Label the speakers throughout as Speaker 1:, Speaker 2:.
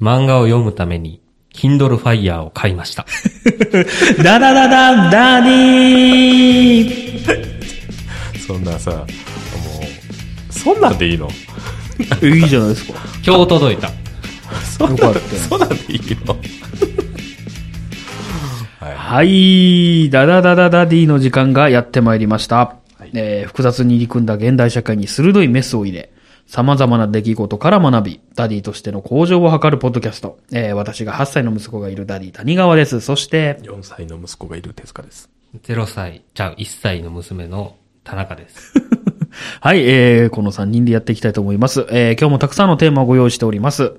Speaker 1: 漫画を読むために、Kindle Fire を買いま した。
Speaker 2: ダダダダダディー
Speaker 3: そんなさ、もう、そんなんでいいの
Speaker 2: いいじゃないですか。
Speaker 1: 今日届いた。
Speaker 3: そん
Speaker 2: よか
Speaker 3: な
Speaker 2: った
Speaker 3: そんなんでいいのは
Speaker 2: はい、ダダダダダディの時間がやってまいりました。えー複雑に入り組んだ現代社会に鋭いメスを入れ、様々な出来事から学び、ダディとしての向上を図るポッドキャスト。えー私が8歳の息子がいるダディ谷川です。そして
Speaker 3: い。、4歳の息子がいる手塚です。
Speaker 1: 0歳、ちゃう、1歳の娘の田中です。
Speaker 2: はい、えー、この3人でやっていきたいと思います。えー、今日もたくさんのテーマをご用意しております。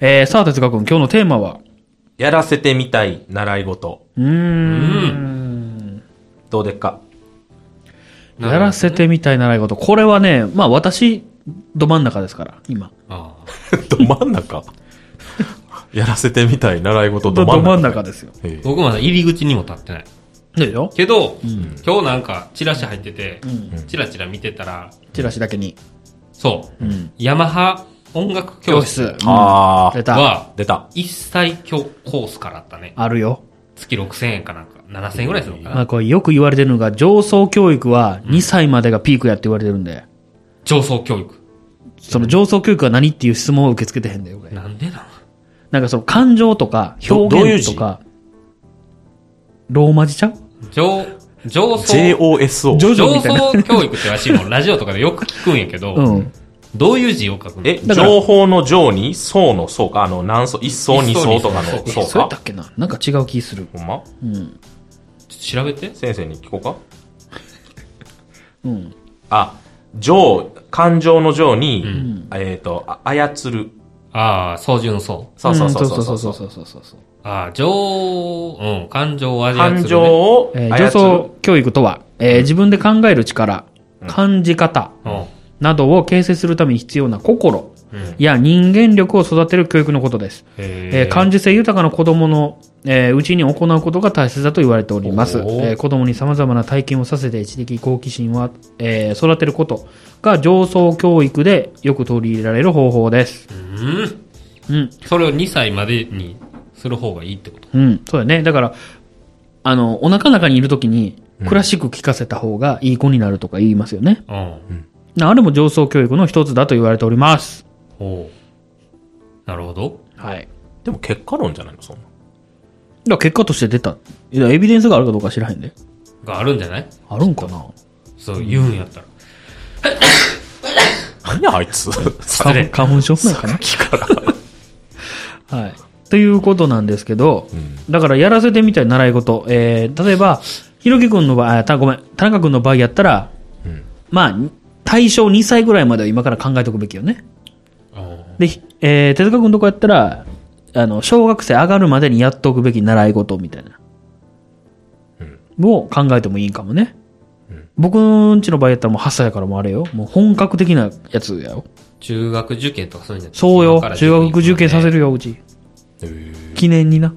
Speaker 2: えー、さあ、哲学君、今日のテーマは
Speaker 3: やらせてみたい習い事。
Speaker 2: うーん。
Speaker 3: どうでっ
Speaker 1: なる
Speaker 3: か
Speaker 1: ほどね
Speaker 2: やらせてみたい習い事。これはね、まあ私、ど真ん中ですから、今。
Speaker 1: ああ。
Speaker 3: ど真ん中やらせてみたい習い事
Speaker 2: ど
Speaker 3: ど真ん
Speaker 2: 真
Speaker 3: 中。
Speaker 2: ん中ですよ。
Speaker 3: ええ
Speaker 1: 僕まだ入り口にも立ってない。
Speaker 2: でしょ
Speaker 1: けど、今日なんか、チラシ入ってて、
Speaker 2: ん
Speaker 1: チラチラ見てたら、
Speaker 2: チラシだけに。
Speaker 1: そう、
Speaker 2: ん
Speaker 1: ヤマハ音楽教
Speaker 2: 教
Speaker 1: 室
Speaker 2: 室。
Speaker 3: あ
Speaker 2: 出
Speaker 3: ー、
Speaker 2: た。
Speaker 1: は、
Speaker 3: 出た。
Speaker 1: 一歳教コースからあったね。
Speaker 2: あるよ。
Speaker 1: 月6000円かなんか、7000円ぐらいするのか
Speaker 2: ま
Speaker 1: な。
Speaker 2: あこれよく言われてるのが、上層教育は2歳までがピークやって言われてるんで、
Speaker 1: 上層教育。
Speaker 2: その上層教育は何っていう質問を受け付けてへんだよ、俺。
Speaker 1: なんでなの
Speaker 2: なんかその感情とか、
Speaker 3: ど
Speaker 2: 表現とか、ローマ字ちゃう
Speaker 1: 上、上層、
Speaker 3: JOSO。
Speaker 2: ジョジョ
Speaker 1: 上
Speaker 2: みたいな。
Speaker 1: 層教育ってらしいもん、ラジオとかでよく聞くんやけど、
Speaker 2: うん。
Speaker 1: どういう字を書くの
Speaker 3: え、
Speaker 2: だから
Speaker 3: 情報の情に、層の層か、あの、何層、一層、二層とかの
Speaker 1: 一
Speaker 2: え、そうや
Speaker 3: 層
Speaker 2: った
Speaker 3: か。
Speaker 2: っけななんか違う気する。
Speaker 3: ほんま
Speaker 2: うん。
Speaker 1: 調べて
Speaker 3: 先生に聞こう か
Speaker 2: うん。
Speaker 3: あ、情、感情の情に、
Speaker 1: ん
Speaker 3: えっ、と、あ操る。
Speaker 1: ああ、操縦の層。
Speaker 3: そうそうそう
Speaker 2: そ
Speaker 3: そうう
Speaker 2: そ
Speaker 3: そう
Speaker 2: そ
Speaker 3: うそ
Speaker 2: そ
Speaker 3: うう
Speaker 2: うそうそうそう。
Speaker 1: ああ、情、うん、感情を味わ
Speaker 3: 感情を
Speaker 2: えー
Speaker 3: 操
Speaker 2: 上
Speaker 3: る。
Speaker 2: 層教育とは、えー自分で考える力、感じ方
Speaker 1: うん。
Speaker 2: などを形成するために必要な心
Speaker 1: うん
Speaker 2: や人間力を育てる教育のことです。え
Speaker 1: え
Speaker 2: ー感受性豊かな子供の、えーうちに行うことが大切だと言われております。え
Speaker 1: おー
Speaker 2: ー子供に様々な体験をさせて知的好奇心は、えー育てることが上層教育でよく取り入れられる方法です。
Speaker 1: うん。
Speaker 2: うん。
Speaker 1: それを2歳までにする方がいいってこと。
Speaker 2: うん。そうだね。だから、あの、お腹の中にいるときに、クラシック聴かせた方がいい子になるとか言いますよね。
Speaker 1: うん。
Speaker 2: なあれも上層教育の一つだと言われております。
Speaker 1: ほう。なるほど。
Speaker 2: はい。
Speaker 3: でも結果論じゃないの、そんな。
Speaker 2: だから結果として出た。いやエビデンスがあるかどうか知らへんで。
Speaker 1: があるんじゃない
Speaker 2: あるんかな
Speaker 1: そう言うんやったら。
Speaker 3: 何や、あい つ。
Speaker 1: 失礼
Speaker 2: 花粉症なんかな はい。ということなんですけど、だからやらせてみたい習い事。えー、例えば、ひろきくんの場合、あたごめん、田中くんの場合やったら、まあ、対象2歳ぐらいまでは今から考えておくべきよね。で、ひえー、手塚くんとこやったら、あの、小学生上がるまでにやっとくべき習い事みたいな。を考えてもいいかもね。僕んちの場合やったらもう8歳やからもうあれよ。もう本格的なやつやよ。
Speaker 1: 中学受験とかそういうんじゃない
Speaker 2: そうよ。中学受験させ
Speaker 1: る。
Speaker 2: るよ、うち。
Speaker 3: えー
Speaker 2: 記念にな。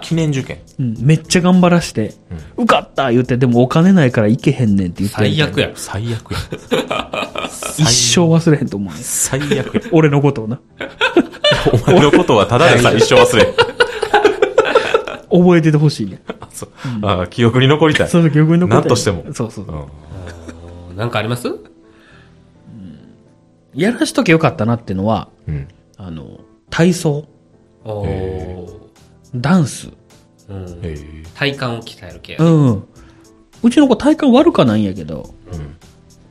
Speaker 3: 記念受験。
Speaker 2: うん。めっちゃ頑張らして、受かった言って、でもお金ないから行けへんねんって言って。
Speaker 1: 最悪や。
Speaker 3: 最悪 や。
Speaker 2: 一生忘れへんと思うね。
Speaker 3: 最悪や。
Speaker 2: 俺のことをな。
Speaker 3: お前のことはただでさ、一生忘れん。
Speaker 2: 覚えててほしいね。
Speaker 3: あそうあ記憶に残りたい。
Speaker 2: その記憶に残って
Speaker 3: なんとしても
Speaker 2: そうそうそう。
Speaker 3: うん
Speaker 1: なんかあります
Speaker 2: やらしとけよかったなってのは、
Speaker 3: うん。
Speaker 2: あの、体操、
Speaker 1: おー。
Speaker 2: ダンス。
Speaker 1: うん
Speaker 3: えー
Speaker 1: 体幹を鍛える系
Speaker 2: う。ん。うちの子体幹悪かないんやけど、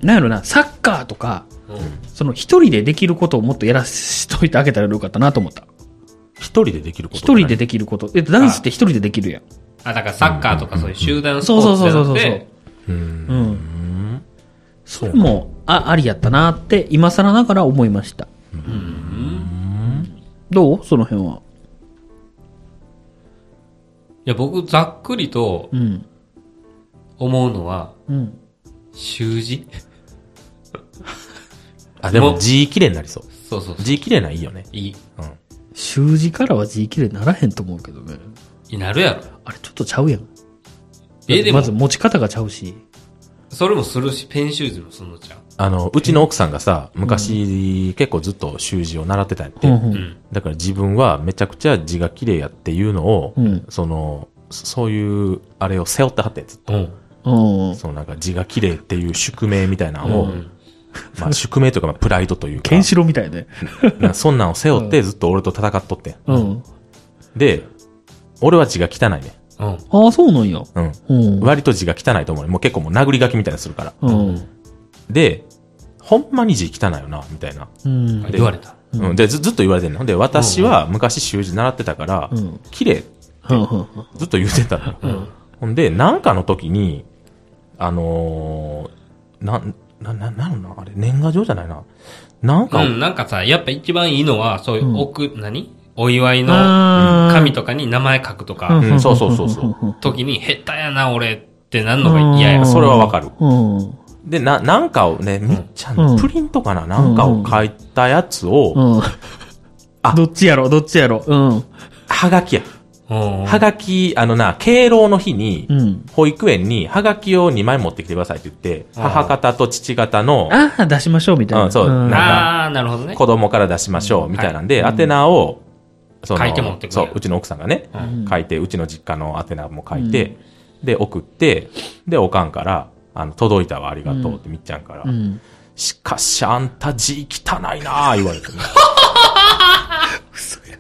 Speaker 2: なんやろな、サッカーとか、
Speaker 1: うん
Speaker 2: その一人でできることをもっとやらしといてあげたらよかったなと思った。
Speaker 3: 一人でできること。
Speaker 2: 一人で。できること。え、ダンスって一人でできるやん。
Speaker 1: あ、だからサッカーとかそういう集団スポ
Speaker 2: そうそ
Speaker 1: ーツ
Speaker 2: うそう
Speaker 1: じゃ
Speaker 2: そう
Speaker 1: な
Speaker 2: そ
Speaker 1: く
Speaker 2: う。
Speaker 1: て、
Speaker 3: うん。
Speaker 2: うん。それも、あ、ありやったなって、今更ながら思いました。どうその辺は。
Speaker 1: いや、僕、ざっくりと
Speaker 2: うん。
Speaker 1: 思うのは、
Speaker 2: うん。
Speaker 1: 習字
Speaker 3: あ、でも字綺麗になりそう。
Speaker 1: そうそうそう。
Speaker 3: 字綺麗ないいよね。
Speaker 1: いい、
Speaker 3: うん。
Speaker 2: 習字からは字綺麗にならへんと思うけどね。
Speaker 1: いいなるやろ。
Speaker 2: あれちょっとちゃうやん。
Speaker 1: え、でも
Speaker 2: ま、ず持ち方がちゃうし。
Speaker 1: それもするし、ペン習字もするのちゃう。
Speaker 3: あの、うちの奥さんがさ、昔、結構ずっと習字を習ってたんやって。
Speaker 2: うんうん
Speaker 1: うん。
Speaker 3: だから自分はめちゃくちゃ字が綺麗やっていうのを、
Speaker 2: うん
Speaker 3: その、そそういう、あれを背負ってはってんずっと
Speaker 1: うん。
Speaker 2: うん。
Speaker 3: そのなんか字が綺麗っていう宿命みたいなのを、
Speaker 1: うん
Speaker 3: まあ宿命というかまあプライドというか、
Speaker 2: ケンシロウみたいね。
Speaker 3: なんかそんなんを背負ってずっと俺と戦っとってん。
Speaker 2: うん。
Speaker 3: で、俺は字が汚いね。
Speaker 1: うん。
Speaker 2: ああ、そうなんや。
Speaker 3: うん。
Speaker 2: うん。
Speaker 3: 割と字が汚いと思うね。もう結構もう殴り書きみたいなのするから。
Speaker 2: うん。
Speaker 3: で、ほんまに字汚いよな、みたいな。
Speaker 2: うん。
Speaker 1: 言われた。
Speaker 3: うん。でず、ずっと言われてんの。で、私は昔習字習ってたから、
Speaker 2: うん
Speaker 3: 綺麗、ずっと言ってたのよ。ほんで、なんかの時に、あのー、なん、な、な、なんなのあれ、年賀状じゃないな。なんかを、
Speaker 1: うん、なんかさ、やっぱ一番いいのは、そういう、奥、何お祝いの
Speaker 2: あー
Speaker 1: 紙とかに名前書くと
Speaker 2: うん
Speaker 1: か、
Speaker 3: うんそうそうそうそう
Speaker 1: 時に、下手やな、俺ってなんのが嫌や。
Speaker 3: それはわかる。
Speaker 2: うん。
Speaker 3: で、な、なんかをね、みっちゃ
Speaker 2: うん
Speaker 3: ん、プリントかな、なんかを書いたやつを、
Speaker 2: うん。あ、どっちやろ、どっちやろ。うん。
Speaker 3: はがきや。
Speaker 1: うん。
Speaker 3: はがき、あのな、敬老の日に
Speaker 2: う、ん。
Speaker 3: 保育園にはがきを2枚持ってきてくださいって言って、
Speaker 1: あー
Speaker 3: 母方と父方の
Speaker 2: ああ、出しましょう、みたいな。
Speaker 3: うんそう
Speaker 2: うん
Speaker 1: あ
Speaker 3: な
Speaker 1: ー、なるほどね。
Speaker 3: 子供から出しましょうみたいなんで、
Speaker 2: はい
Speaker 3: 宛名を、そ
Speaker 1: 書いて持ってくる
Speaker 3: そう、うちの奥さんがね、
Speaker 1: うん
Speaker 3: 書いて、うちの実家の宛名も書いて、で、送って、で、おかんから、あの、届いたわ、ありがとうって、みっちゃんから。
Speaker 2: うん。
Speaker 3: しかし、あんた字汚いなあ言 われてね。嘘や。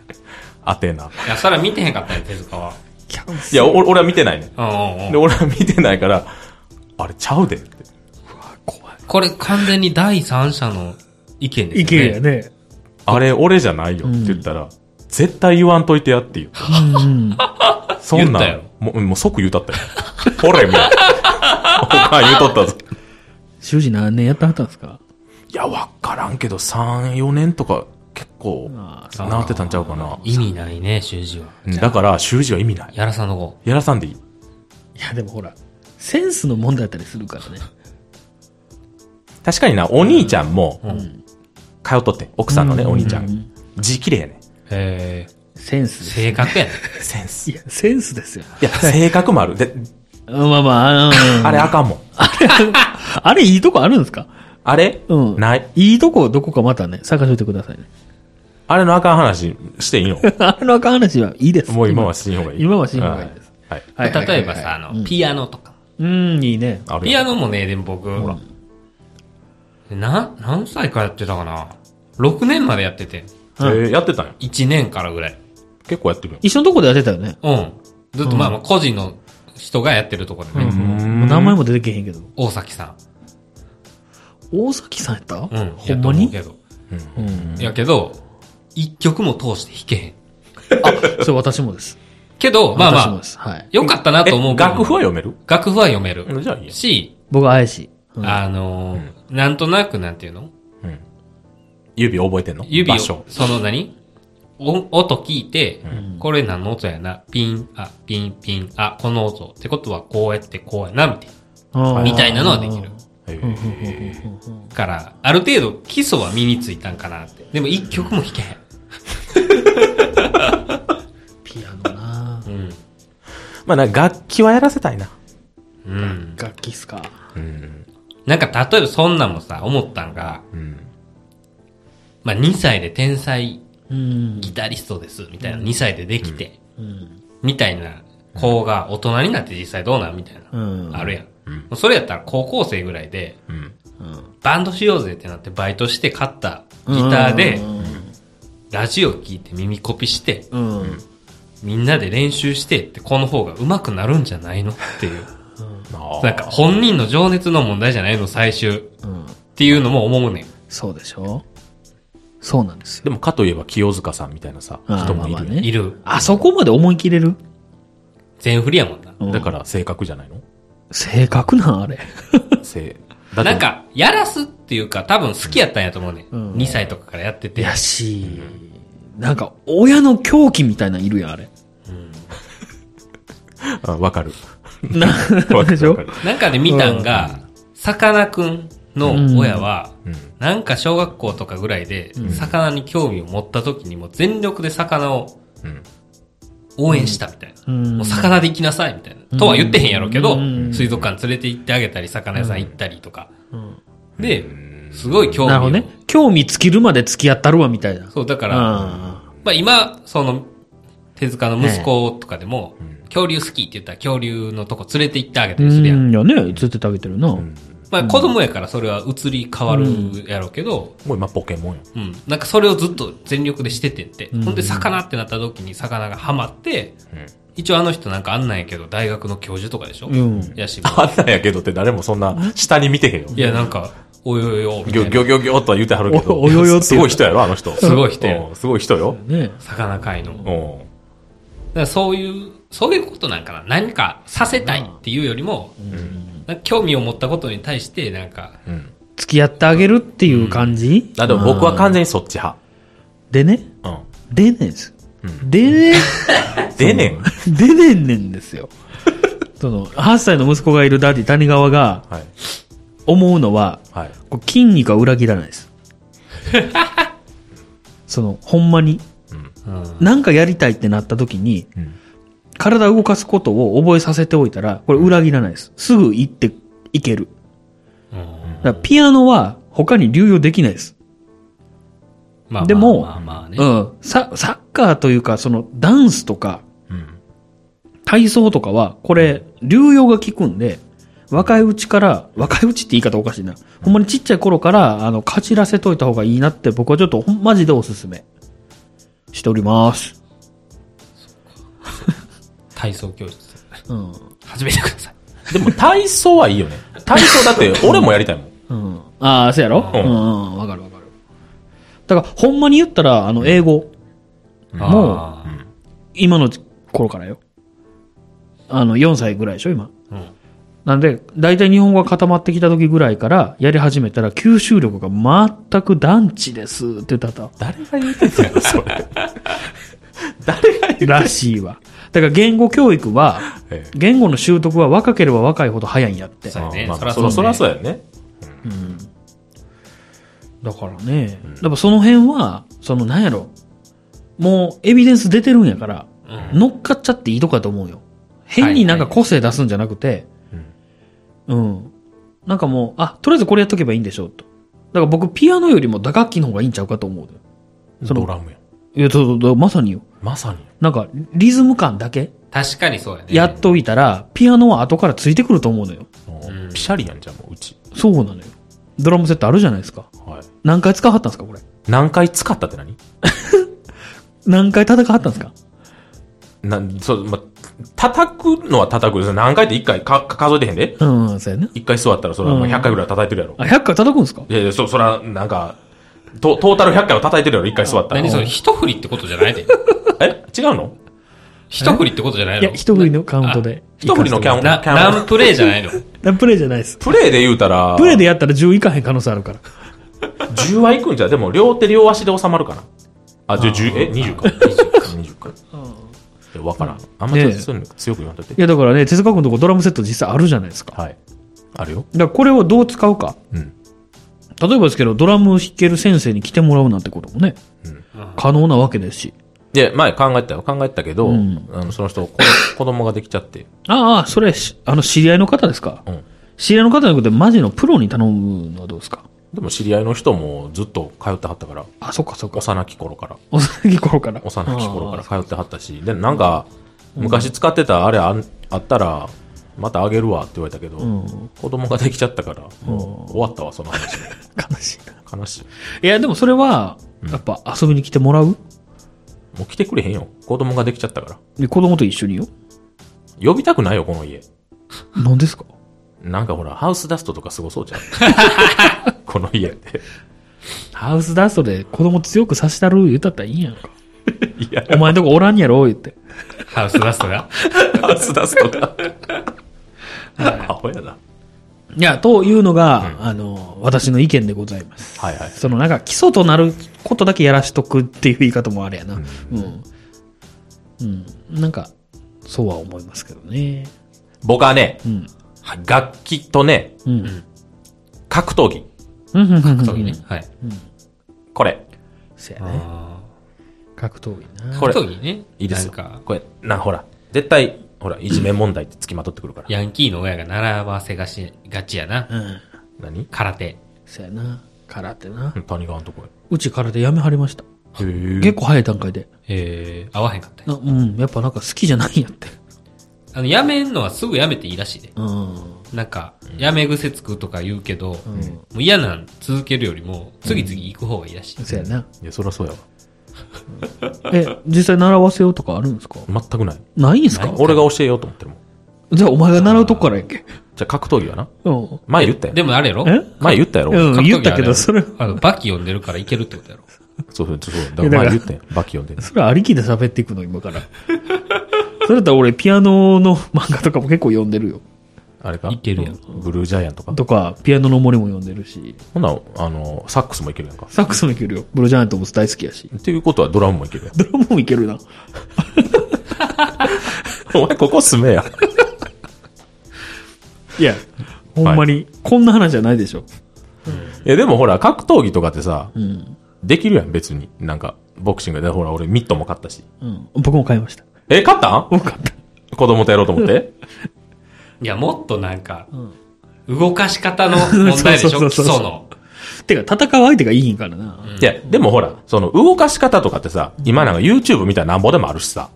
Speaker 3: 宛名。
Speaker 1: いや、それは見てへんかったよ、手塚は。
Speaker 2: キャン
Speaker 3: いや、お俺は見てないね。
Speaker 1: うんうんうん
Speaker 3: で、俺は見てないから、あれちゃうでって。
Speaker 1: これ完全に第三者の意見ですよね。
Speaker 2: いけるやね。
Speaker 3: あれ俺じゃないよって言ったら、絶対言わんといてやって言う。
Speaker 2: うん。
Speaker 3: そんな
Speaker 1: 言った
Speaker 3: ん、もううんもう即言うたったよ。 ほれ、もう。おかん言うとったぞ。
Speaker 2: 習字何年やってはったんですか
Speaker 3: いや、わからんけど、3、4年とか、結構、
Speaker 2: ああ、
Speaker 3: なってたんちゃうかな。
Speaker 1: 意味ないね、習字は。
Speaker 3: うんだから、習字は意味ない。
Speaker 1: やらさんの子。
Speaker 3: やらさんでいい。
Speaker 2: いや、でもほら、センスの問題だったりするからね。
Speaker 3: 確かにな、お兄ちゃんも、通っとって、奥さんのね、お兄ちゃん。字綺麗やね。
Speaker 1: え
Speaker 2: センス
Speaker 1: ー、
Speaker 2: です
Speaker 1: 性格やね。
Speaker 3: センス。
Speaker 2: い
Speaker 3: い
Speaker 2: や、センスですよ。
Speaker 3: や、性格もある。で、
Speaker 2: うんまあまあ、うん
Speaker 3: あれあかんもん。
Speaker 2: あれいいとこあるんですか
Speaker 3: あれ
Speaker 2: うん
Speaker 3: ない。
Speaker 2: いいとこどこかまたね、探しといてくださいね。
Speaker 3: あれのあかん話していいの
Speaker 2: あの赤話はいいです。
Speaker 3: もう今はしんほうがいい。
Speaker 2: 今はしんほうがいいです
Speaker 3: はい。はい。
Speaker 2: はいはいはい
Speaker 1: 例えばさ、あの、ピアノとか。
Speaker 2: うん、いいね。
Speaker 3: ある
Speaker 1: ピ
Speaker 3: よ
Speaker 1: アノもね、でも僕、ほら。な、何歳からやってたかな ?6 年までやってて。
Speaker 3: えーやってたんや。
Speaker 1: 1年からぐらい。
Speaker 3: 結構やってるよ。
Speaker 2: 一緒のとこでやってたよね。
Speaker 1: うん。ずっとまあまあ、個人の人がやってるとこでね。
Speaker 2: もう名前も出てけへんけど。
Speaker 1: 大崎さ。
Speaker 2: 大崎さんやったうん
Speaker 1: うん。
Speaker 2: ほん
Speaker 1: やと思
Speaker 2: ま
Speaker 1: う
Speaker 2: に
Speaker 1: けど。
Speaker 2: うん。
Speaker 1: やけど、一曲も通して弾けへん。
Speaker 2: それ私もです。
Speaker 1: けど、まあ
Speaker 2: 私も
Speaker 1: ま
Speaker 2: で
Speaker 1: あ、
Speaker 2: す。はい。
Speaker 1: よかったなと思う
Speaker 3: え
Speaker 1: けど
Speaker 3: 楽譜は読める
Speaker 1: 楽譜は読める。
Speaker 3: じゃあいいや。
Speaker 1: し、
Speaker 2: 僕は怪しい。うん
Speaker 1: あのーなんとなくなんていうの
Speaker 3: 指覚えてんの
Speaker 1: 指
Speaker 3: 場
Speaker 1: を、
Speaker 3: 所。
Speaker 1: その何お音聞いて、これ何の音やな、ピン、あ、ピン、ピン、あ、この音。ってことはこうやってこうやな、みたい
Speaker 2: あー
Speaker 1: みたいなのはできる。
Speaker 3: え
Speaker 2: うんう
Speaker 3: ー
Speaker 2: んうんうんうん
Speaker 1: な。から、ある程度基礎は身についたんかなって。でも一曲も弾けへん。
Speaker 2: ピアノな
Speaker 1: うん。
Speaker 3: まあ、なんか楽器はやらせたいな。
Speaker 1: うん。
Speaker 2: 楽器っすか。
Speaker 3: うん。
Speaker 1: なんか例えばそんなんもさ、思ったんが、
Speaker 3: うん。
Speaker 1: まあ2歳で天才
Speaker 2: うん。
Speaker 1: ギタリストです、みたいな。2歳でできて、
Speaker 2: うん。
Speaker 1: みたいな子が大人になって実際どうなんみたいな。
Speaker 2: うん。
Speaker 1: あるやん。
Speaker 3: うん
Speaker 1: もうそれやったら高校生ぐらいで、
Speaker 3: うん。
Speaker 2: うん。
Speaker 1: バンドしようぜってなってバイトして買ったギターで、ラジオ聞いて耳コピして、
Speaker 2: うん。うん。
Speaker 1: みんなで練習してって、この方が上手くなるんじゃないのっていう。
Speaker 3: あ
Speaker 1: なんか本人の情熱の問題じゃないの、最終。っ
Speaker 2: うん。
Speaker 1: ていうのも思うねん。
Speaker 2: そうでしょそうなんですよ。
Speaker 3: でも、かといえば清塚さんみたいなさ、
Speaker 2: あ
Speaker 3: 人もい
Speaker 2: まあま
Speaker 3: る
Speaker 2: あ
Speaker 3: よ
Speaker 2: ね
Speaker 3: ね。
Speaker 1: いる。
Speaker 2: あそこまで思い切れる
Speaker 1: 全振りやもんな。
Speaker 2: うん
Speaker 3: だから、性格じゃないの
Speaker 2: 正確なんあれ。
Speaker 3: 性。だって
Speaker 1: なん、か、やらすっていうか、多分好きやったんやと思うねん。
Speaker 2: うん
Speaker 1: 2歳とかからやってて。
Speaker 2: やし、なんか、親の狂気みたいなのいるやん、あれ。
Speaker 3: あわかる。
Speaker 2: な、
Speaker 3: わか
Speaker 2: でし
Speaker 3: る。わ
Speaker 2: ょ
Speaker 3: かる
Speaker 1: なんかで見たんが、さかなクンの親は、
Speaker 3: うん。
Speaker 1: なんか小学校とかぐらいで、魚に興味を持った時にもう全力で魚を
Speaker 3: うん。
Speaker 1: 応援したみたいな。もう魚で行きなさいみたいな。とは言ってへんやろうけど、水族館連れて行ってあげたり、魚屋さん行ったりとか。で、すごい興味
Speaker 2: なるほどね。興味尽きるまで付き合ったるわ、みたいな。
Speaker 1: そう、だから、まあ今、その、手塚の息子とかでも、恐竜好きって言ったら恐竜のとこ連れて行ってあげたりするやん。
Speaker 2: いやね、連れてってあげてるな。
Speaker 1: まあ子供やからそれは移り変わるやろうけど。
Speaker 3: もう今ポケモンや。
Speaker 1: うん。なんかそれをずっと全力でしててって。ほんで魚ってなった時に魚がハマって、一応あの人なんかあんなんやけど大学の教授とかでしょうん。やし。
Speaker 3: あんなんやけどって誰もそんな下に見てへんよ。
Speaker 1: いやなんか、およよ。
Speaker 3: ぎょぎょぎょぎょとは言うてはるけど。
Speaker 2: およよ
Speaker 3: すごい人やろ、あの人。
Speaker 1: すごい人や。
Speaker 3: すごい人よ。
Speaker 1: ね魚界の。だからそういう、そういうことなんかな。何かさせたいっていうよりも、うん、興味を持ったことに対して、なんか、うん、
Speaker 2: 付き合ってあげるっていう感じ、
Speaker 3: うん、あでも僕は完全にそっち派。
Speaker 2: でね、うん、でねんです。でね
Speaker 3: でね
Speaker 2: んでねんねんですよ。その、8歳の息子がいるダディ谷川が、はい、思うのは、はい、こう筋肉は裏切らないです。その、ほんまに。なんかやりたいってなった時に、体を動かすことを覚えさせておいたら、これ裏切らないです。すぐ行っていける。だピアノは他に流用できないです。でも、うん、サッカーというか、そのダンスとか、体操とかは、これ、流用が効くんで、若いうちから、若いうちって言い方おかしいな。ほんまにちっちゃい頃から、あの、かじらせといた方がいいなって僕はちょっと、マジでおすすめ。しております。
Speaker 1: 体操教室。うん。始めてくださ
Speaker 3: い。でも体操はいいよね。体操だ って俺もやりたいもん。うん。
Speaker 2: ああ、そうやろうん。うん、わかるわかる。だから、ほんまに言ったら、あの、英語も、う今の頃からよ。あの、4歳ぐらいでしょ、今。うん。なんで、大体日本語が固まってきた時ぐらいからやり始めたら吸収力が全く団地ですって言った
Speaker 3: 誰が言うてたよ、それ。誰が言うて
Speaker 2: らしいわ。だから言語教育は、言語の習得は若ければ若いほど早いんやって。。
Speaker 1: そうね。
Speaker 3: まあ、そらそらそうやね。うん
Speaker 2: だからね、やっぱその辺は、そのなんやろ、もうエビデンス出てるんやから、乗っかっちゃっていいとかと思うよ。変になんか個性出すんじゃなくて、うん。なんかもう、あ、とりあえずこれやっとけばいいんでしょうと。だから僕、ピアノよりも打楽器の方がいいんちゃうかと思
Speaker 3: う。そのドラムや。
Speaker 2: いや、そうそう、まさによ。
Speaker 3: まさに。
Speaker 2: なんか、リズム感だけ
Speaker 1: 確かにそうやね。
Speaker 2: やっといたら、ピアノは後からついてくると思うのよ。
Speaker 3: うん、ピシャリやんじゃん、もう、うち。
Speaker 2: そうなのよ。ドラムセットあるじゃないですか。はい。何回使わはったんですか、これ。
Speaker 3: 何回使ったって何
Speaker 2: 何回叩かはったんですか
Speaker 3: な、そう、ま、叩くのは叩く。何回って1回か数えてへんで。
Speaker 2: うん、そうやね。
Speaker 3: 1回座ったら、それは100回ぐらい叩いてるやろ。
Speaker 2: あ、100回叩くんですか
Speaker 3: いやいや、そ、そら、なんか、トトータル100回は叩いてるやろ、1回座ったら。
Speaker 1: 何それ、一振りってことじゃないで。
Speaker 3: え違うの
Speaker 1: 一振りってことじゃないの
Speaker 2: いや、一振りのカウントで。
Speaker 3: 一振りのキャン
Speaker 1: ト。ランプレイじゃないの
Speaker 2: ランプレイじゃないです。
Speaker 3: プレイで言うたら。
Speaker 2: プレイでやったら10いかへん可能性あるから。
Speaker 3: 10はいくんじゃでも、両手両足で収まるかな。あ、じゃ10、え、20か。20か。20か。わからん。あんまりそういうの強く言わんとって。
Speaker 2: いや、だからね、手塚君のとこドラムセット実際あるじゃないですか。
Speaker 3: はい。あるよ。
Speaker 2: だからこれをどう使うか。うん。例えばですけど、ドラム弾ける先生に来てもらうなんてこともね、うん、可能なわけですし。
Speaker 3: で、前考えたよ。考えたけど、うん、あのその人子、子供ができちゃって。
Speaker 2: ああ、それ、あの、知り合いの方ですか、うん、知り合いの方じゃなくて、マジのプロに頼むのはどうですか
Speaker 3: でも知り合いの人もずっと通ってはったから。
Speaker 2: あ、そっかそっか。
Speaker 3: 幼き頃から。
Speaker 2: 幼き頃から。
Speaker 3: 幼き頃から通ってはったし。で、なんか、昔使ってたあれああったら、またあげるわって言われたけど、うん、子供ができちゃったから、もう終わったわ、その話。
Speaker 2: 悲しい
Speaker 3: な。悲し
Speaker 2: い。いや、でもそれは、やっぱ遊びに来てもらう、も
Speaker 3: う来てくれへんよ。子供ができちゃったから。
Speaker 2: で、子供と一緒によ。
Speaker 3: 呼びたくないよ、この家。
Speaker 2: 何ですか
Speaker 3: なんかほら、ハウスダストとかすごそうじゃん。この家って。
Speaker 2: ハウスダストで子供強くさしたる言うたったらいいやんか。 いや。お前んとこおらんやろ言って。
Speaker 1: ハウスダストが
Speaker 3: ハウスダストが。アホやな。
Speaker 2: いや、というのが、うん、あの、私の意見でございます。
Speaker 3: はいはい。
Speaker 2: そのなんか、基礎となることだけやらしとくっていう言い方もあれやな。うん。うん。うん、なんか、そうは思いますけどね。
Speaker 3: 僕はね、うん、楽器とね、うん、格闘技。
Speaker 1: 格闘技ね。はい。
Speaker 3: これ。
Speaker 2: そうやね。格闘技な。
Speaker 3: これ
Speaker 1: 格闘技ね。
Speaker 3: いいですよ。
Speaker 1: なんか
Speaker 3: これ、な、ほら、絶対、ほら、いじめ問題ってつきまとってくるから。
Speaker 1: ヤンキーの親が習わせがし、がちやな。
Speaker 2: うん。
Speaker 3: 何
Speaker 1: 空手。
Speaker 2: そうやな。空手な。
Speaker 3: 谷川のとこへ。
Speaker 2: うち空手やめはりました。
Speaker 3: へー
Speaker 2: 結構早い段階で。
Speaker 1: えー、合わへんかったん
Speaker 2: な
Speaker 1: や
Speaker 2: うん。やっぱなんか好きじゃないんやって。
Speaker 1: あの、やめんのはすぐやめていいらしいで。
Speaker 2: うん。
Speaker 1: なんか、やめ癖つくとか言うけど、
Speaker 2: う
Speaker 1: も
Speaker 2: ん。
Speaker 1: う嫌なん続けるよりも、次々行く方がいいらしい。
Speaker 2: そうやな。
Speaker 3: いや、そりゃそうやわ。
Speaker 2: え、実際習わせようとかあるんですか
Speaker 3: 全くない。
Speaker 2: ないんすか
Speaker 3: 俺が教えようと思ってるもん。
Speaker 2: じゃあお前が習うとこからやっけ。
Speaker 3: じゃあ格闘技はな。
Speaker 2: うん。
Speaker 3: 前言ったや
Speaker 1: で
Speaker 3: ろ。
Speaker 1: もあれやろ
Speaker 2: え
Speaker 3: 前言ったやろ。
Speaker 2: うん
Speaker 1: 格闘技あれやろ
Speaker 2: 言ったけどそれ
Speaker 1: あの、バキ読んでるからいけるってことやろ。
Speaker 3: そうそう、そう。
Speaker 2: いやだから
Speaker 3: だか
Speaker 2: ら
Speaker 3: 前言ったやん。バキ読んでる。
Speaker 2: それありきで喋っていくの、今から。 それだったら俺、ピアノの漫画とかも結構読んでるよ。
Speaker 3: あれか
Speaker 1: いけるやん
Speaker 3: ブルージャイアンとか。
Speaker 2: とか、ピアノの森も読んでるし、
Speaker 3: ほな、あの、サックスもいけるやんか。
Speaker 2: サックスもいけるよ。ブルージャイアントも大好きやし。
Speaker 3: っていうことはドラムもいけるや
Speaker 2: ドラムもいけるな。
Speaker 3: ん。 お前ここ住めや。
Speaker 2: いや、ほんまに、こんな話じゃないでしょ。
Speaker 3: いや、でもほら、格闘技とかってさ、
Speaker 2: うん。
Speaker 3: できるやん、別に。なんか、ボクシングで、ほら、俺ミットも勝ったし。
Speaker 2: うん。僕も買いました。
Speaker 3: え、勝ったん
Speaker 2: 僕買った。
Speaker 3: 子供とやろうと思って。
Speaker 1: いや、もっとなんか、
Speaker 2: ん
Speaker 1: 動かし方 の問題でし
Speaker 2: そ
Speaker 1: ょ
Speaker 2: う
Speaker 1: 基
Speaker 2: そうそうそう
Speaker 1: 礎の。
Speaker 2: てか、戦う相手がいいんからな。
Speaker 3: いや、でもほら、その、動かし方とかってさ、今なんか YouTube みたいななんぼでもあるしさ。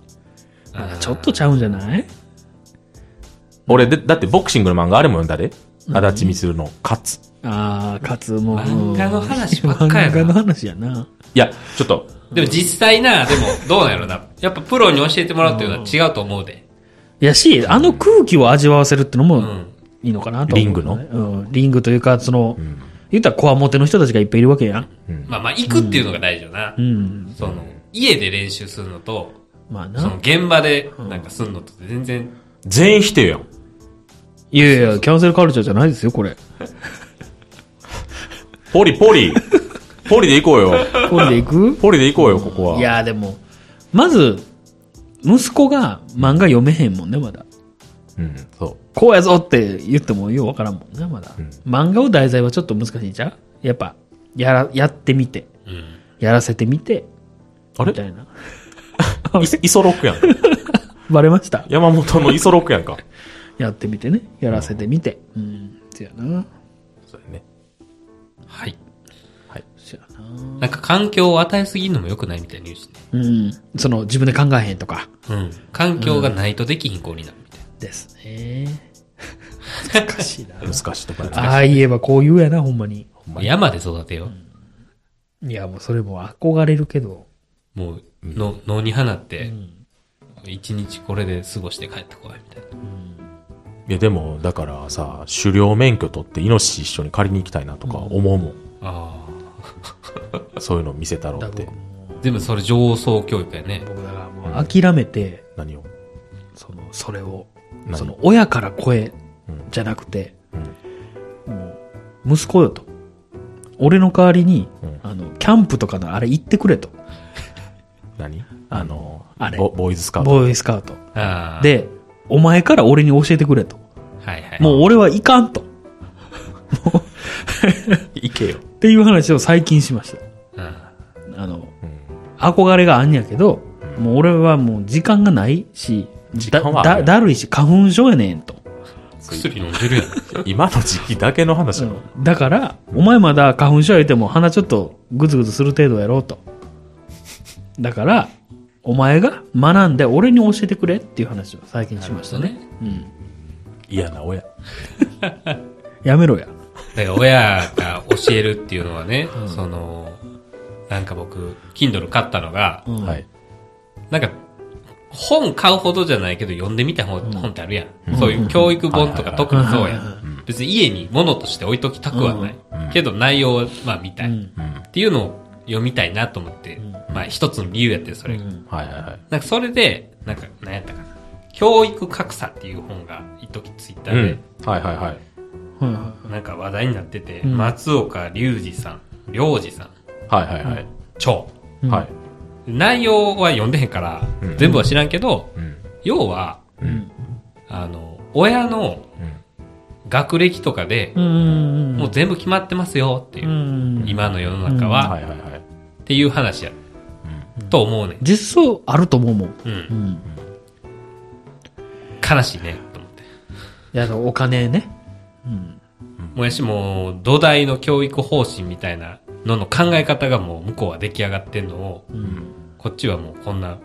Speaker 1: あー
Speaker 2: ちょっとちゃうんじゃない
Speaker 3: 俺で、だってボクシングの漫画あれも読んだで。足立みつるの勝つ。
Speaker 2: あー、勝つもう。
Speaker 1: 漫画の話ばっかやな
Speaker 2: 漫画の話やな。
Speaker 3: いや、ちょっと、
Speaker 1: でも実際な、でも、どうなんやろな。やっぱプロに教えてもらうっていうのは違うと思うで。
Speaker 2: やし、あの空気を味わわせるっての
Speaker 1: う
Speaker 2: も
Speaker 1: ん。
Speaker 2: いいのかなと思う、
Speaker 3: リングの
Speaker 2: うん。リングというか、その、
Speaker 3: うん。
Speaker 2: 言ったらこわもての人たちがいっぱいいるわけやん。
Speaker 3: うん。
Speaker 1: まあまあ、行くっていうのが大事よな。
Speaker 2: うん。
Speaker 1: その、家で練習するのと、
Speaker 2: まあな。
Speaker 1: その現場でなんかするのと全然、
Speaker 3: 全員否定やん。
Speaker 2: いやいや、キャンセルカルチャーじゃないですよ、これ。
Speaker 3: ポリポリ。ポリで行こうよ。
Speaker 2: これでいく
Speaker 3: ポリで行こうよ、ここは。
Speaker 2: いや、でも、まず、息子が漫画読めへんもんね、まだ。
Speaker 3: うん、そ
Speaker 2: こうやぞって言ってもようわからんもんな、まだ。
Speaker 3: うん
Speaker 2: 漫画を題材はちょっと難しいんじゃうやっぱ、やら、やってみて、
Speaker 1: うん。
Speaker 2: やらせてみて、
Speaker 3: う。あれ
Speaker 2: みたいな。
Speaker 3: いイソロックやん。
Speaker 2: バレました
Speaker 3: 山本のイソロックやんか。
Speaker 2: やってみてね。やらせてみて。うん。そやな。
Speaker 3: そうやね。
Speaker 1: はい。
Speaker 2: そやな。
Speaker 1: なんか環境を与えすぎるのも良くないみたいに言うしね。
Speaker 2: うん。その、自分で考えへんとか。
Speaker 1: うん。環境がないとできひん子になるみたい
Speaker 2: ですね。難しいな。
Speaker 3: 難しいとこやな。
Speaker 2: ああ言えばこう言うやな、ほんまに。
Speaker 1: な。山で育てよう。
Speaker 2: いや、もうそれも憧れるけど。
Speaker 1: もう、の、野に放っ
Speaker 2: う
Speaker 1: て、
Speaker 2: ん。
Speaker 1: 一日これで過ごして帰ってこい、みたいな。
Speaker 3: いや、でも、だからさ、狩猟免許取ってイノシシ一緒に借りに行きたいなとか思うもん。
Speaker 1: あ
Speaker 3: そういうの見せたろう
Speaker 2: だ
Speaker 3: っ
Speaker 2: から
Speaker 3: て
Speaker 2: 僕。も
Speaker 1: あ。でもそれ上層教育やね。
Speaker 2: 僕だからもう諦めて、
Speaker 3: 何を。
Speaker 2: その、それを、
Speaker 3: 何
Speaker 2: その、親から声
Speaker 3: うん
Speaker 2: じゃなくて、
Speaker 3: うん
Speaker 2: もう、息子よと。俺の代わりに、
Speaker 3: うん
Speaker 2: あの、キャンプとかのあれ行ってくれと。
Speaker 3: 何あの、
Speaker 2: あれ
Speaker 3: ボボーイズスカウト。
Speaker 2: ボーイスカウト。
Speaker 1: ああ。、
Speaker 2: で、お前から俺に教えてくれと。
Speaker 1: はいはい。
Speaker 2: もう俺はいかんと。
Speaker 3: 行けよ。
Speaker 2: っていう話を最近しました。
Speaker 1: うん。
Speaker 2: あの、
Speaker 3: うん。
Speaker 2: 憧れがあんやけど、もう俺はもう時間がないし、
Speaker 3: 時
Speaker 2: だ
Speaker 3: 間はある
Speaker 2: だだるいし、花粉症やねんと。
Speaker 1: 薬飲んでるやん。
Speaker 3: 今の時期だけの話なの。
Speaker 2: だから、お前まだ花粉症や言うても鼻ちょっとグズグズする程度やろうと。だから、お前が学んで俺に教えてくれっていう話を最近しましたね。
Speaker 1: ね。
Speaker 2: うん。
Speaker 3: 嫌な親。
Speaker 2: やめろや。
Speaker 1: だから親が教えるっていうのはね、その、なんか僕、Kindle 買ったのが、
Speaker 2: うん
Speaker 3: はい。
Speaker 1: なんか、本買うほどじゃないけど読んでみた本,、本ってあるやん,、そういう教育本とか
Speaker 3: はいはいはい
Speaker 1: 特にそうや
Speaker 2: はいはいは
Speaker 1: ん。別に家に物として置いときたくはない。けど内容はまあ見たい、
Speaker 2: う
Speaker 1: っ
Speaker 2: ん。
Speaker 3: うん。
Speaker 1: ていうのを読みたいなと思って、まあ一つの理由やってそれ、
Speaker 3: はいはいはい。
Speaker 1: なんかそれで、なんか何やったかな。教育格差っていう本が一時ツイッターで、
Speaker 3: うん。はいはいはい。
Speaker 2: はいは
Speaker 1: なんか話題になってて、
Speaker 2: ん
Speaker 1: 松岡隆二さん、良二さん、
Speaker 3: はいはいはい。
Speaker 1: 超。
Speaker 2: い。
Speaker 3: はい。
Speaker 1: 内容は読んでへんから、
Speaker 3: うん
Speaker 1: 全部は知らんけど、
Speaker 3: うん。
Speaker 1: 要は、
Speaker 2: うん。
Speaker 1: あの、親の
Speaker 3: うん
Speaker 1: 学歴とかで
Speaker 2: う、ん。
Speaker 1: もう全部決まってますよっていうう、
Speaker 2: ん。
Speaker 1: 今の世の中
Speaker 3: は
Speaker 1: は、
Speaker 3: いはいはい。
Speaker 1: っていう話や。
Speaker 3: う
Speaker 1: と思うねん。
Speaker 2: 実装あると思うもん。
Speaker 1: う。
Speaker 2: うんん。
Speaker 1: 悲しいね、と思って。
Speaker 2: いや、お金ね。
Speaker 1: もやしも、土台の教育方針みたいなのの考え方がもう向こうは出来上がってんのを、こっちはもうこんな、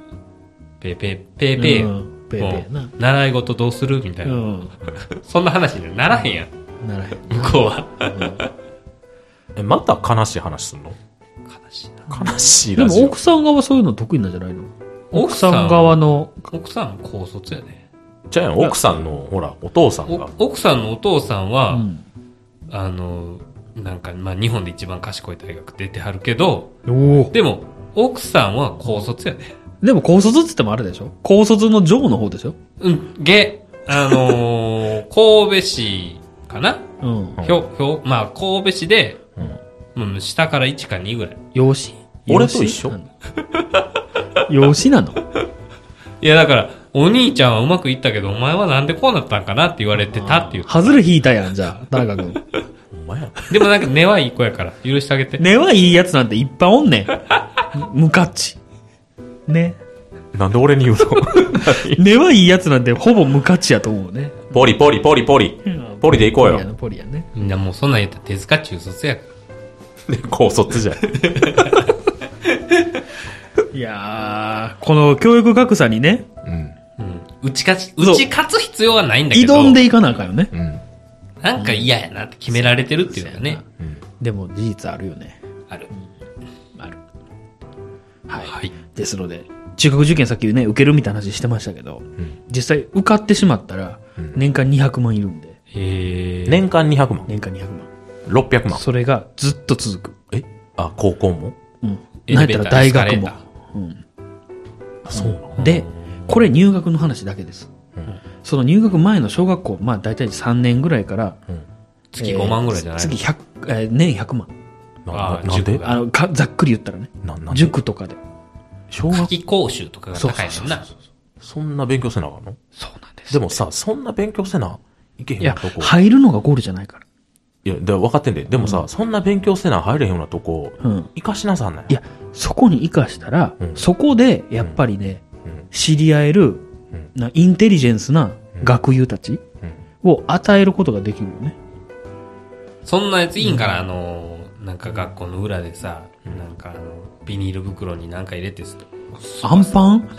Speaker 1: ペーペー、ペーペー、
Speaker 2: うんペーペーな
Speaker 1: もう習い事どうするみたいうな。
Speaker 2: ん。
Speaker 1: そんな話にならへんやん、
Speaker 2: ならへん。
Speaker 1: 向こうは。
Speaker 3: え、また悲しい話すんの
Speaker 1: 悲しいな。
Speaker 3: 悲しい
Speaker 2: で
Speaker 3: ラジ
Speaker 2: も
Speaker 3: オ。
Speaker 2: 奥さん側はそういうの得意なんじゃないの
Speaker 1: 奥
Speaker 2: 奥
Speaker 1: さ
Speaker 2: さ
Speaker 1: ん
Speaker 2: ん側の、
Speaker 1: 奥さん高卒やね。
Speaker 3: じゃあ奥さんの、ほら、お父さんが。
Speaker 1: お奥さんのお父さん
Speaker 2: う
Speaker 1: は、
Speaker 2: ん。
Speaker 1: あの、なんか、まあ、日本で一番賢い大学出てはるけど、
Speaker 2: おお。
Speaker 1: でも、奥さんは高卒やね。
Speaker 2: でも高卒って言ってもあれでしょ高卒の上の方でしょ
Speaker 1: うん、げ、あ のー神戸市かな
Speaker 2: うん。
Speaker 1: ひょ、ひょ、まあ、神戸市で、
Speaker 3: うん
Speaker 1: うん、下から1か2ぐらい。
Speaker 2: 養子
Speaker 3: 俺と一緒
Speaker 2: 養子なの
Speaker 1: いや、だから、お兄ちゃんはうまくいったけど、お前はなんでこうなったんかなって言われてたっていう。
Speaker 2: ハズレ引いたやん、じゃあ、田中君。
Speaker 3: ほんまや。
Speaker 1: でもなんか根はいい子やから、許してあげて。
Speaker 2: 根はいいやつなんていっぱいおんねん。ムカッチ。ね。
Speaker 3: なんで俺に言うの
Speaker 2: 根はいいやつなんてほぼムカッチやと思うね。
Speaker 3: ポリポリポリポリ。ポリで行こう
Speaker 2: ポリや
Speaker 3: よ。
Speaker 2: なポリやね。
Speaker 1: みんなもうそんなん言ったら手塚中卒やから。
Speaker 3: 高卒じゃん。
Speaker 2: いやー、この教育格差にね、
Speaker 3: うん。
Speaker 1: うん。打ち勝ち、
Speaker 2: そう
Speaker 1: 打ち勝つ必要はないんだけど。
Speaker 2: 挑んでいかなあかんよね。
Speaker 3: うん。
Speaker 1: なんか嫌やなって決められてるっていうのはね、
Speaker 2: でも事実あるよね。
Speaker 1: ある。
Speaker 2: ある。はい。
Speaker 1: はい。
Speaker 2: ですので、中学受験さっきね、受けるみたいな話してましたけど、実際受かってしまったら、年間200万いるんで、
Speaker 1: え
Speaker 3: 年間200万。
Speaker 2: 年間200万。
Speaker 3: 600万。
Speaker 2: それがずっと続く。
Speaker 3: えあ、高校も
Speaker 2: うん。
Speaker 1: エ
Speaker 2: な
Speaker 1: レ
Speaker 2: ん
Speaker 1: ベー
Speaker 2: やっ
Speaker 1: ター
Speaker 2: たら大学
Speaker 1: エス
Speaker 2: も
Speaker 1: カレー。
Speaker 3: そうなの
Speaker 2: うんで、これ入学の話だけです。その入学前の小学校、まあ大体3年ぐらいから、
Speaker 1: 月5万ぐらいじゃない
Speaker 2: 月100、えー年100万。
Speaker 3: な
Speaker 1: あ
Speaker 3: ななんで
Speaker 1: 塾が
Speaker 2: あの、かざっくり言ったらね。
Speaker 3: ななんで
Speaker 2: 塾とかで。
Speaker 3: 小学
Speaker 1: 夏季講習とかが
Speaker 2: そう
Speaker 1: 高
Speaker 2: そ
Speaker 1: いうねん
Speaker 2: そう
Speaker 1: な。
Speaker 3: そんな勉強せなあかんの
Speaker 2: そうなんです。
Speaker 3: でもさ、そんな勉強せないけへん
Speaker 2: い
Speaker 3: よう
Speaker 2: や、
Speaker 3: なとこ。
Speaker 2: 入るのがゴールじゃないから。
Speaker 3: いや、で分かってんで。でもさ、そんな勉強せな入れへんようなとこ、
Speaker 2: うん
Speaker 3: 生かしなさんない
Speaker 2: いや、そこに活かしたら、
Speaker 3: うん
Speaker 2: そこで、やっぱりね、
Speaker 3: うん
Speaker 2: 知り合える、
Speaker 3: うん
Speaker 2: な、インテリジェンスな学友たち
Speaker 3: うん
Speaker 2: を与えることができるよね。
Speaker 1: そんなやついいんから、あのー、なんか学校の裏でさ、なんかあの、ビニール袋になんか入れて、ス
Speaker 2: アンパン
Speaker 1: パ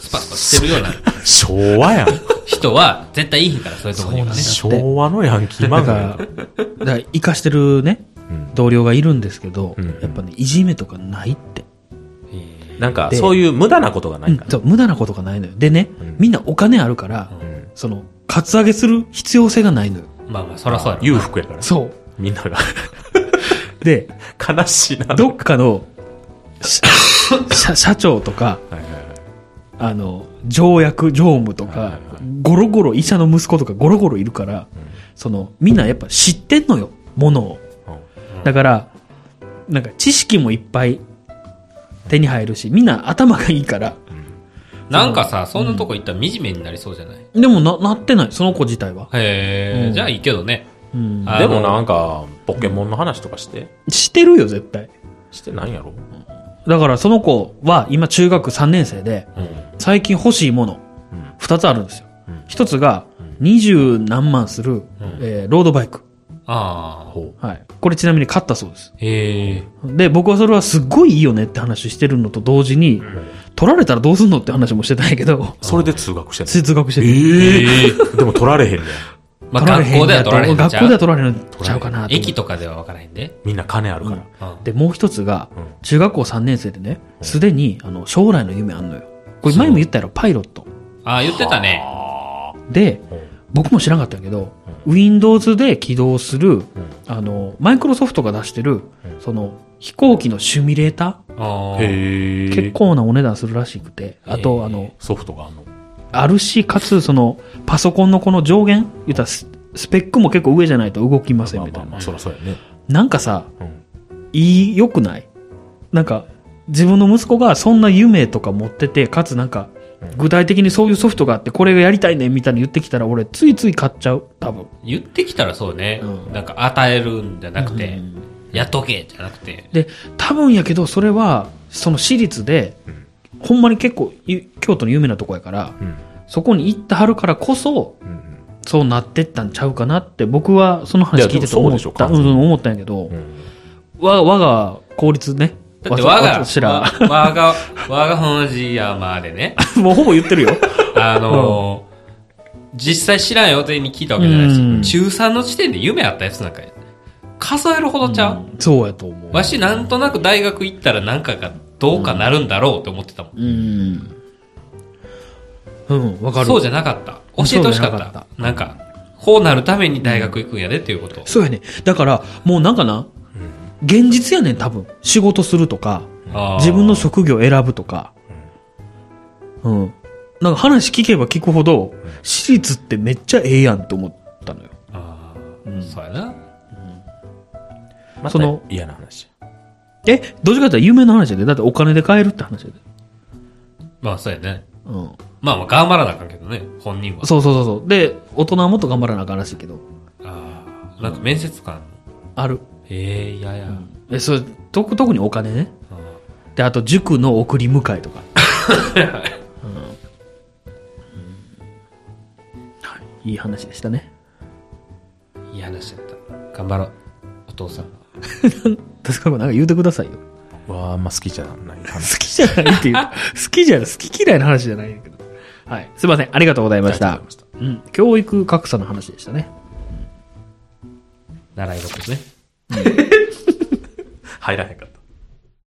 Speaker 1: スパしてるような
Speaker 3: 昭和やん。
Speaker 1: 人は絶対いいんから、そういうところにはね。
Speaker 3: 昭和のヤンキー
Speaker 2: だ
Speaker 3: 漫
Speaker 2: か
Speaker 3: 画
Speaker 2: ら、
Speaker 3: や
Speaker 2: だ
Speaker 3: ん。
Speaker 2: から生かしてるね、
Speaker 3: ん
Speaker 2: 同僚がいるんですけど、
Speaker 3: うん
Speaker 2: やっぱね、いじめとかないって。
Speaker 1: え
Speaker 3: なんか、
Speaker 2: で
Speaker 3: そういう無駄なことがないか
Speaker 2: そう無駄なことがないのよ。でね、みんなお金あるから、その、カツアゲする必要性がないのよ。
Speaker 1: ーまあまあ、そらそうや
Speaker 3: ら。
Speaker 1: ろ。
Speaker 3: 裕福やから。
Speaker 2: そ
Speaker 3: みんなが。
Speaker 2: う。で、
Speaker 3: 悲しいな。
Speaker 2: どっかの、し社社長とか、
Speaker 3: はいはいはい
Speaker 2: あの、条約、常務と
Speaker 3: はいは
Speaker 2: か、ゴロゴロ、医者の息子とかゴロゴロいるから、その、みんなやっぱ知ってんのよ、ものを。だから、なんか知識もいっぱい手に入るし、みんな頭がいいから、
Speaker 1: なんかさ、そんなとこ行ったら惨めになりそうじゃない
Speaker 2: でもな、なってない、その子自体は。
Speaker 1: へ
Speaker 2: う
Speaker 1: え、
Speaker 2: ん
Speaker 1: じゃあいいけどね。
Speaker 2: うん。
Speaker 1: あの
Speaker 3: でもなんか、ポケモンの話とかして
Speaker 2: してるよ、絶対。
Speaker 3: してないんやろ
Speaker 2: だからその子は今中学3年生で、最近欲しいもの、2つあるんですよ。1つが、二十何万する、えーロードバイク。
Speaker 1: ああ。
Speaker 2: はい。これちなみに買ったそうです。
Speaker 1: へえ。
Speaker 2: で、僕はそれはすっごいいいよねって話してるのと同時に、取られたらどうすんのって話もしてたんやけど、
Speaker 3: それで通学してんの
Speaker 2: 通学してて。
Speaker 3: ええ でも取られへんねん。
Speaker 1: まあ、
Speaker 2: 取られへん
Speaker 1: 学校では取られへんの
Speaker 2: 学
Speaker 1: ち
Speaker 2: 校
Speaker 1: ゃう
Speaker 2: では取られるんちゃうかなと思って
Speaker 1: 駅とかでは分からへんで。
Speaker 3: みんな金あるから。
Speaker 1: うん
Speaker 2: で、もう一つが
Speaker 3: うん、
Speaker 2: 中学校3年生でね、すでにあの将来の夢あんのよ。これ前も言ったやろ、パイロット。
Speaker 1: ああ、言ってたね。
Speaker 2: で、僕も知らなかったんやけど、Windows で起動する、あの、マイクロソフトが出してる、その、飛行機のシミュレータ
Speaker 1: あー
Speaker 3: へ
Speaker 2: ー、
Speaker 3: え。
Speaker 2: 結構なお値段するらしくて、あと、あの、
Speaker 3: ソフトがあんの。
Speaker 2: あるし、かつ、その、パソコンのこの上限、言ったらス、スペックも結構上じゃないと動きません
Speaker 3: まあ
Speaker 2: みた
Speaker 3: まあ
Speaker 2: い
Speaker 3: ま
Speaker 2: な
Speaker 3: あ、。そらそうやね。
Speaker 2: なんかさ、
Speaker 3: うん。
Speaker 2: いい、良くないなんか、自分の息子がそんな夢とか持ってて、かつなんか、具体的にそういうソフトがあって、これがやりたいね、みたいに言ってきたら、俺、ついつい買っちゃう、多分。
Speaker 1: 言ってきたらそうね、
Speaker 2: うん
Speaker 1: なんか与えるんじゃなくて、やっとけじゃなくて、
Speaker 2: で、多分やけど、それは、その私立で、ほんまに結構い京都の有名なとこやから、そこに行ってはるからこそ、そうなってったんちゃうかなって僕はその話聞いてて
Speaker 3: いやでもそう
Speaker 2: 思
Speaker 3: で
Speaker 2: っ
Speaker 3: しょ
Speaker 2: たう
Speaker 3: 完全
Speaker 2: ん
Speaker 3: に
Speaker 2: 思ったんやけど、
Speaker 3: ん
Speaker 2: わ我が公立ね
Speaker 1: だって我が、
Speaker 2: 私ら
Speaker 1: わ我が、我が本地山でね、
Speaker 2: もうほぼ言ってるよ
Speaker 1: あのー実際知らん予定に聞いたわけじゃないし、
Speaker 2: うん
Speaker 1: 中3の時点で夢あったやつなんか、数えるほどちゃう、
Speaker 2: そうやと思う
Speaker 1: わしなんとなく大学行ったらなんかがどうかなるんだろうって思ってたもん。
Speaker 2: うんうんわかる
Speaker 1: そうじゃなかった。教えてほしかった。
Speaker 2: そうじゃな
Speaker 1: な
Speaker 2: かっ
Speaker 1: んか、こうなるために大学行くんやでっていうこと。
Speaker 2: そうやねだからもうなんかな、現実やねん多分仕事するとか
Speaker 1: あー
Speaker 2: 自分の職業選ぶとか、うん。なんか話聞けば聞くほど、私立ってめっちゃええやんって思ったのよ。
Speaker 1: あー、そうやな。
Speaker 3: ま
Speaker 2: そ
Speaker 3: た
Speaker 2: の
Speaker 3: 嫌な話。
Speaker 2: え、どっちかって言ったら有名な話やで。だってお金で買えるって話やで。
Speaker 1: まあそうやね。
Speaker 2: うん。
Speaker 1: まあまあ頑張らなあかんけどね、本人は。
Speaker 2: そうそうそうそう。で、大人はもっと頑張らなあかんらしいけど。
Speaker 1: ああ、なんか面接官。
Speaker 2: ある。
Speaker 1: ええいやいや。
Speaker 2: え、それ、と特にお金ね。で、あと塾の送り迎え とか。うんはいいい話でしたね。
Speaker 1: いい話だった。頑張ろう。お父さん。
Speaker 2: 確かになんか言うてくださいよ。
Speaker 3: 僕はあんま好きじゃない感じ。
Speaker 2: 好きじゃない っていう。好きじゃない、好き嫌いの話じゃないんだけど。はい。すいません。ありがとうございまし
Speaker 3: あ
Speaker 2: た
Speaker 3: りがとうござ。
Speaker 2: うん。教育格差の話でしたね。
Speaker 1: 習い事ね。
Speaker 3: 入らへんかった。